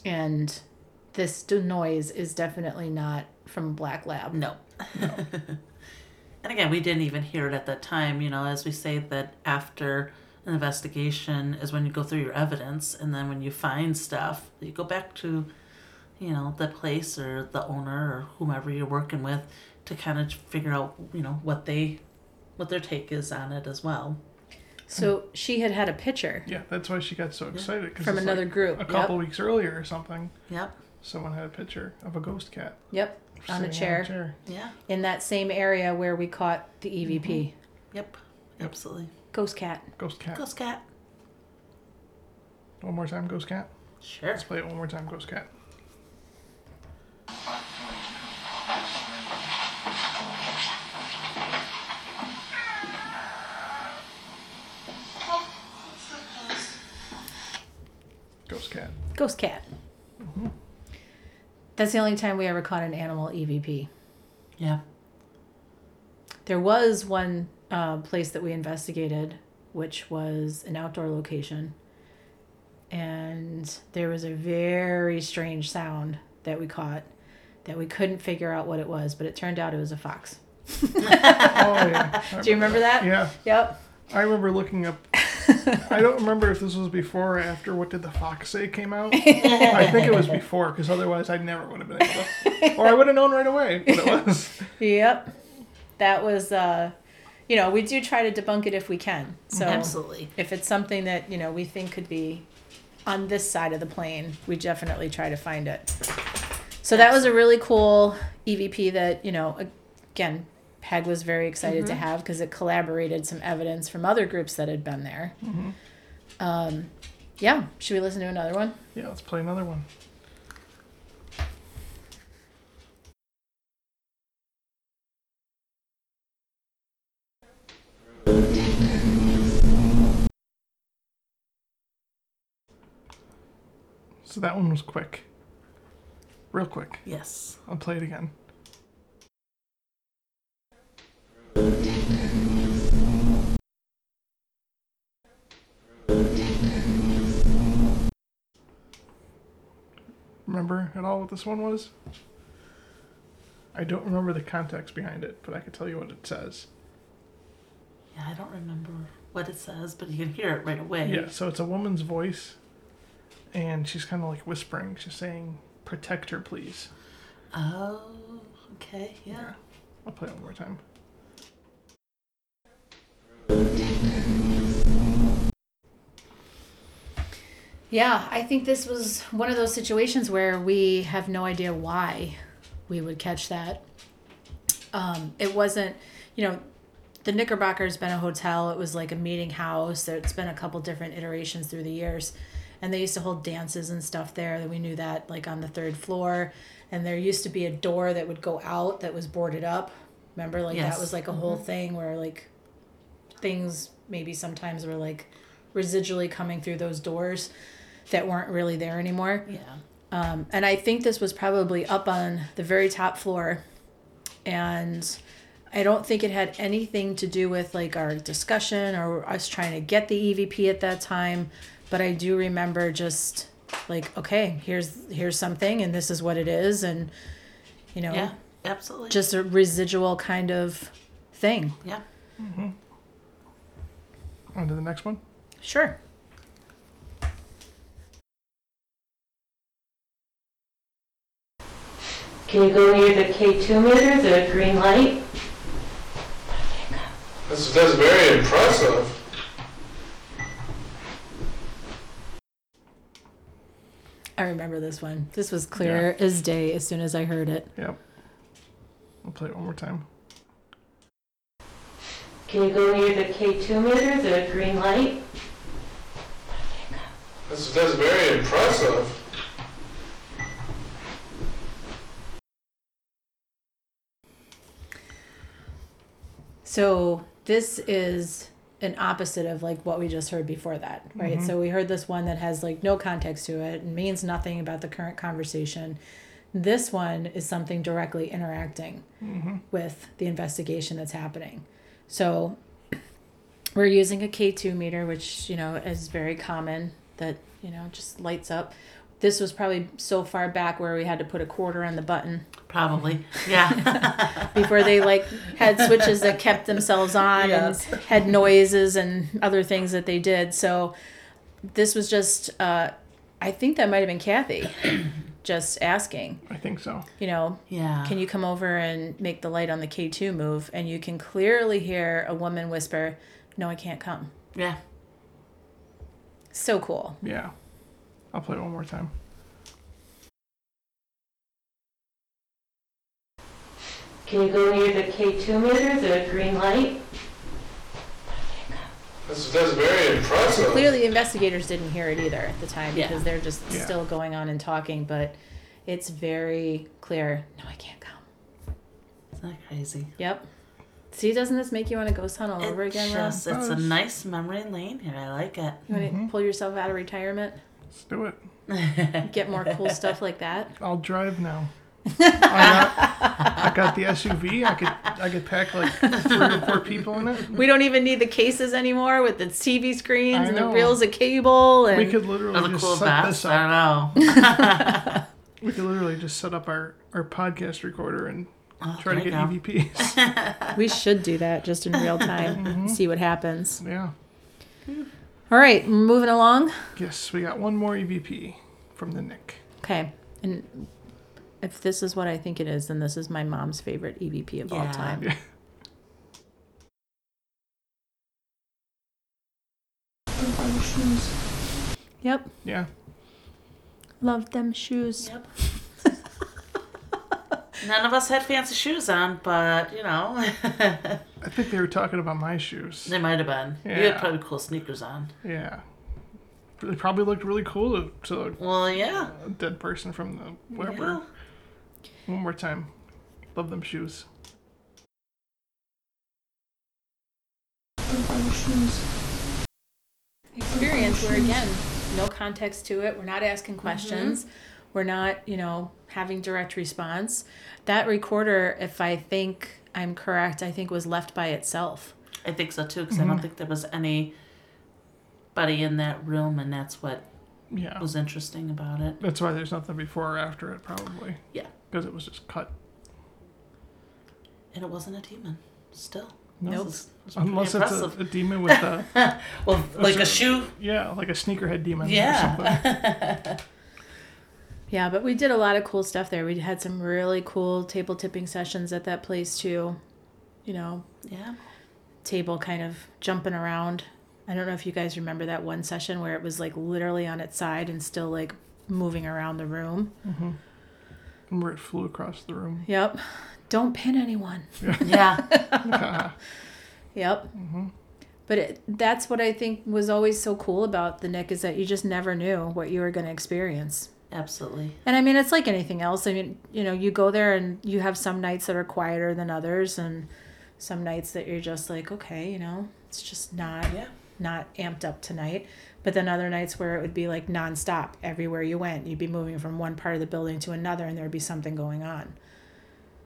Speaker 1: and this d- noise is definitely not from a black lab.
Speaker 3: No. *laughs* and again, we didn't even hear it at that time. You know, as we say that after an investigation is when you go through your evidence, and then when you find stuff, you go back to, you know, the place or the owner or whomever you're working with to kind of figure out, you know, what they, what their take is on it as well.
Speaker 1: So she had had a picture
Speaker 2: Yeah, that's why she got so excited. 'cause
Speaker 1: from
Speaker 2: it's
Speaker 1: another
Speaker 2: like
Speaker 1: group.
Speaker 2: a couple weeks earlier or something,
Speaker 3: Yep.
Speaker 2: someone had a picture of a ghost cat
Speaker 1: Yep, yep, on a
Speaker 2: sitting
Speaker 1: chair
Speaker 3: Yeah.
Speaker 1: in that same area where we caught the E EVP
Speaker 3: Yep. Absolutely.
Speaker 1: Mm-hmm. ghost cat.
Speaker 2: Ghost cat.
Speaker 3: Ghost cat.
Speaker 2: One more time, ghost cat.
Speaker 3: Sure.
Speaker 2: Let's play it one more time, ghost cat.
Speaker 4: It's the cost.
Speaker 2: Ghost cat.
Speaker 1: *laughs* Ghost cat.
Speaker 2: Mm-hmm.
Speaker 1: That's the only time we ever caught an animal E EVP.
Speaker 3: Yeah.
Speaker 1: There was one uh, place that we investigated, which was an outdoor location. And there was a very strange sound that we caught that we couldn't figure out what it was, but it turned out it was a fox.
Speaker 2: Oh yeah. I
Speaker 1: Do you remember that?
Speaker 2: Yeah,
Speaker 1: Yep.
Speaker 2: I remember looking up. I don't remember if this was before or after What Did the Fox Say came
Speaker 1: *laughs*
Speaker 2: out. I think
Speaker 3: *laughs*
Speaker 2: it was before, because otherwise I never would have been able to. Or I would have known right away
Speaker 1: *laughs*
Speaker 2: what it was.
Speaker 1: Yep. That was, uh, you know, we do try to debunk it if we can. So
Speaker 3: Absolutely.
Speaker 1: if it's something that, you know, we think could be on this side of the plane, we definitely try to find it. So that was a really cool EVP that, you know, again, Peg was very excited to have because it collaborated some evidence from other groups that had been there. Um, yeah, should we listen to another one?
Speaker 2: Yeah, let's play another one. So that one was quick. Real quick.
Speaker 3: Yes.
Speaker 2: I'll play it again. Remember at all what this one was? I don't remember the context behind it, but I can tell you what it says.
Speaker 3: Yeah. I don't remember what it says, but you can hear it right away.
Speaker 2: Yeah, so it's a woman's voice, and she's kind of like whispering. She's saying, Protect her, please.
Speaker 3: Oh, okay, yeah.
Speaker 2: I'll play it one more time.
Speaker 1: Yeah, I think this was one of those situations where we have no idea why we would catch that. Um, it wasn't, you know, the Knickerbocker's been a hotel. It was like a meeting house. It's been a couple different iterations through the years. And they used to hold dances and stuff there. That we knew that, like on the third floor. And there used to be a door that would go out that was boarded up. Remember, like
Speaker 3: Yes.
Speaker 1: that was like a whole thing where like things maybe sometimes were like residually coming through those doors that weren't really there anymore.
Speaker 3: Yeah.
Speaker 1: Um, and I think this was probably up on the very top floor. And I don't think it had anything to do with like our discussion or us trying to get the EVP at that time. But I do remember just like, okay, here's here's something and this is what it is and you know,
Speaker 3: Yeah, absolutely.
Speaker 1: just a residual kind of thing.
Speaker 3: yeah.
Speaker 2: On to the next one.
Speaker 1: Sure.
Speaker 5: Can you go near the K2 meter, the green light?
Speaker 6: That's, that's very impressive.
Speaker 1: I remember this one. This was clear as day as soon as I heard it.
Speaker 2: Yep. We'll play it one more time.
Speaker 5: Can you go near the K2 meter, the green light?
Speaker 6: That's, that's very impressive.
Speaker 1: So this is an opposite of like what we just heard before that, right? So we heard this one that has like no context to it and means nothing about the current conversation. This one is something directly interacting
Speaker 2: Mm-hmm.
Speaker 1: with the investigation that's happening. So we're using a K2 meter, which, you know, is very common that, you know, just lights up. This was probably so far back where we had to put a quarter on the button
Speaker 3: Probably. Yeah.
Speaker 1: *laughs*
Speaker 3: *laughs*
Speaker 1: before they like had switches that kept themselves on
Speaker 3: Yes.
Speaker 1: and had noises and other things that they did. So this was just uh, I think that might have been Kathy *clears throat* just asking,
Speaker 2: I think so.
Speaker 1: you know,
Speaker 3: yeah.
Speaker 1: can you come over and make the light on the K2 move? And you can clearly hear a woman whisper, "No, I can't come."
Speaker 3: Yeah.
Speaker 1: So cool.
Speaker 2: Yeah. I'll play it one more time.
Speaker 5: Can you go near the K2 meter, the green light?
Speaker 6: That's, that's very impressive.
Speaker 1: Clearly, the investigators didn't hear it either at the time
Speaker 3: Yeah.
Speaker 1: because they're just
Speaker 2: Yeah.
Speaker 1: still going on and talking. But it's very clear. No, I can't come.
Speaker 3: Isn't that crazy?
Speaker 1: Yep. See, doesn't this make you want to ghost hunt all over
Speaker 3: It
Speaker 1: again, Rob?
Speaker 3: just, it's a nice memory lane here. I like it.
Speaker 1: You want
Speaker 2: Mm-hmm.
Speaker 1: to pull yourself out of retirement,
Speaker 2: Let's do it.
Speaker 1: get more *laughs* cool stuff like that.
Speaker 2: I'll drive now. I, got, I got the SUV. I could I could pack like three or four people in it.
Speaker 1: We don't even need the cases anymore with the TV screens
Speaker 2: I
Speaker 1: and the
Speaker 2: know.
Speaker 1: reels of cable.
Speaker 2: We
Speaker 1: And *laughs*
Speaker 2: could literally
Speaker 3: Another
Speaker 2: just
Speaker 3: cool
Speaker 2: set
Speaker 3: vest.
Speaker 2: this
Speaker 3: I
Speaker 2: up.
Speaker 3: don't know.
Speaker 2: We could literally just set up our, our podcast recorder and
Speaker 3: Oh,
Speaker 2: try to
Speaker 3: there you
Speaker 2: get E
Speaker 3: go.
Speaker 2: EVPs.
Speaker 1: we should do that just in real time,
Speaker 2: Mm-hmm.
Speaker 1: see what happens.
Speaker 2: *laughs* yeah.
Speaker 1: All right, moving along.
Speaker 2: Yes, we got one more EVP from the Nick.
Speaker 1: Okay, and if this is what I think it is, then this is my mom's favorite EVP of all
Speaker 2: *laughs*
Speaker 3: Yeah.
Speaker 1: time.
Speaker 2: Yeah.
Speaker 1: Yep,
Speaker 2: Yeah.
Speaker 1: love them shoes.
Speaker 3: *laughs* Yep. None of us had fancy shoes on, but you know, *laughs*
Speaker 2: I think they were talking about my shoes.
Speaker 3: they might have been. You had
Speaker 2: Yeah.
Speaker 3: probably cool sneakers on.
Speaker 2: Yeah. They probably looked really cool to, to
Speaker 3: Well, yeah.
Speaker 2: a dead person from the Weber.
Speaker 3: yeah.
Speaker 2: One more time. Love them shoes.
Speaker 1: experience where again no context to it we're not asking questions we're not you know having direct response that recorder if i think i'm correct i think was left by itself
Speaker 3: I think so too, because I
Speaker 1: Mm-hmm.
Speaker 3: don't think there was any buddy in that room, and that's what
Speaker 1: Oh.
Speaker 2: Yeah.
Speaker 3: was interesting about it.
Speaker 2: That's why there's nothing before or after it, probably.
Speaker 3: Yeah,
Speaker 2: Because it was just cut.
Speaker 3: and it wasn't a demon. Still,
Speaker 1: Nope.
Speaker 3: This is- this is pretty
Speaker 2: Unless it's a,
Speaker 3: impressive.
Speaker 2: a demon with a. *laughs*
Speaker 1: *laughs*
Speaker 3: well, like a
Speaker 2: a-
Speaker 3: shoe.
Speaker 2: yeah, like a sneakerhead demon
Speaker 3: Yeah.
Speaker 2: or something.
Speaker 1: yeah but we did a lot of cool stuff there we had some really cool table tipping sessions at that place too you know *laughs*
Speaker 3: Yeah.
Speaker 1: table kind of jumping around i don't know if you guys remember that one session where it was like literally on its side and still like moving around the room
Speaker 2: Remember, it flew across the room. *laughs*
Speaker 1: yep don't pin anyone
Speaker 3: Yeah.
Speaker 1: Yep.
Speaker 3: Mm-hmm.
Speaker 1: But it, that's what I think was always so cool about the Nick is that you just never knew what you were going to experience.
Speaker 3: Absolutely.
Speaker 1: And I mean, it's like anything else. I mean, you know, you go there and you have some nights that are quieter than others, and some nights that you're just like, okay, you know, it's just not
Speaker 3: Yeah.
Speaker 1: not amped up tonight. But then other nights where it would be like nonstop everywhere you went, you'd be moving from one part of the building to another, and there'd be something going on.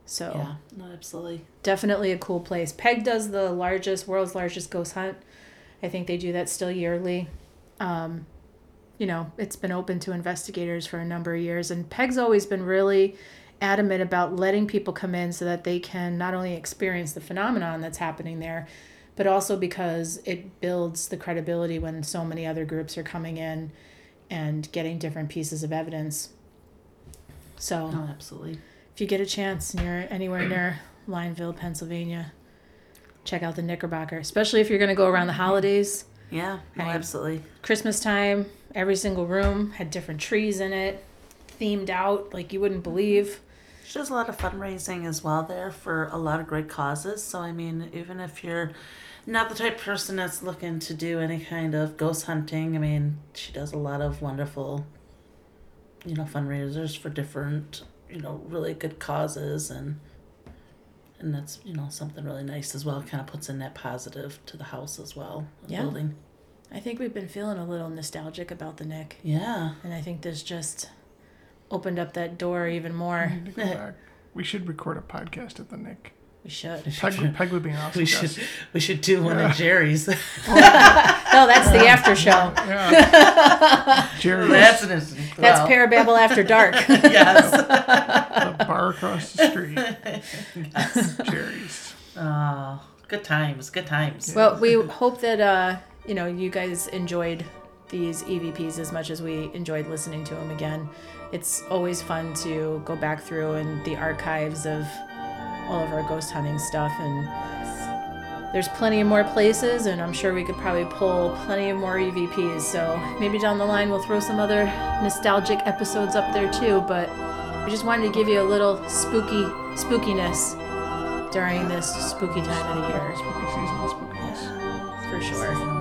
Speaker 1: So
Speaker 3: Yeah. No, absolutely.
Speaker 1: definitely a cool place. Peg does the largest, world's largest ghost hunt. I think they do that still yearly. Um, you know, it's been open to investigators for a number of years, and Peg's always been really adamant about letting people come in so that they can not only experience the phenomenon that's happening there, but also because it builds the credibility when so many other groups are coming in and getting different pieces of evidence. So
Speaker 3: Oh, No, absolutely.
Speaker 1: If you get a chance and you're anywhere near Lineville, Pennsylvania, check out the Knickerbocker, especially if you're going to go around the holidays.
Speaker 3: Yeah, no,
Speaker 1: Right.
Speaker 3: absolutely.
Speaker 1: Christmas time, every single room had different trees in it, themed out like you wouldn't believe.
Speaker 3: She does a lot of fundraising as well there for a lot of great causes. So, I mean, even if you're not the type of person that's looking to do any kind of ghost hunting, I mean, she does a lot of wonderful, you know, fundraisers for different, you know, really good causes and. And that's you know something really nice as well. Kind of puts a net positive to the house as well. the
Speaker 1: Yeah.
Speaker 3: Building.
Speaker 1: I think we've been feeling a little nostalgic about the Nick,
Speaker 3: Yeah.
Speaker 1: and I think this just opened up that door even more.
Speaker 2: Need to go back. We should record a podcast at the Nick.
Speaker 1: We should. *laughs*
Speaker 2: Peg, Peg would be an awesome
Speaker 3: *laughs* We should
Speaker 2: guest.
Speaker 3: we should do one at Jerry's.
Speaker 1: No, that's the after show.
Speaker 2: Yeah.
Speaker 3: *laughs*
Speaker 2: Jerry,
Speaker 3: That's an interesting.
Speaker 1: That's
Speaker 3: well,
Speaker 1: Parababble After Dark.
Speaker 3: *laughs* Yes.
Speaker 2: the bar across the
Speaker 3: *laughs*
Speaker 2: street. Jerry's.
Speaker 3: Oh, good times. Good times.
Speaker 1: well, we hope that uh, you know you guys enjoyed these EVPs as much as we enjoyed listening to them again. It's always fun to go back through and the archives of all of our ghost hunting stuff and there's plenty of more places and I'm sure we could probably pull plenty of more EVPs. So maybe down the line we'll throw some other nostalgic episodes up there too, but we just wanted to give you a little spooky spookiness during this spooky time of the year.
Speaker 2: Spooky season, spooky season.
Speaker 1: for sure.
Speaker 2: So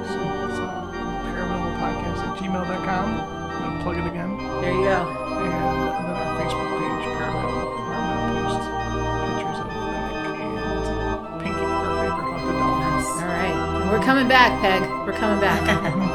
Speaker 2: it's uh, parallelpodcast at gmail.com. I'm going to plug it again.
Speaker 1: There you go.
Speaker 2: and then our Facebook page, Paramount, where I'm gonna post pictures of the Nick and Pinky, our favorite haunted doll.
Speaker 1: All right. And we're coming back, Peg. We're coming back.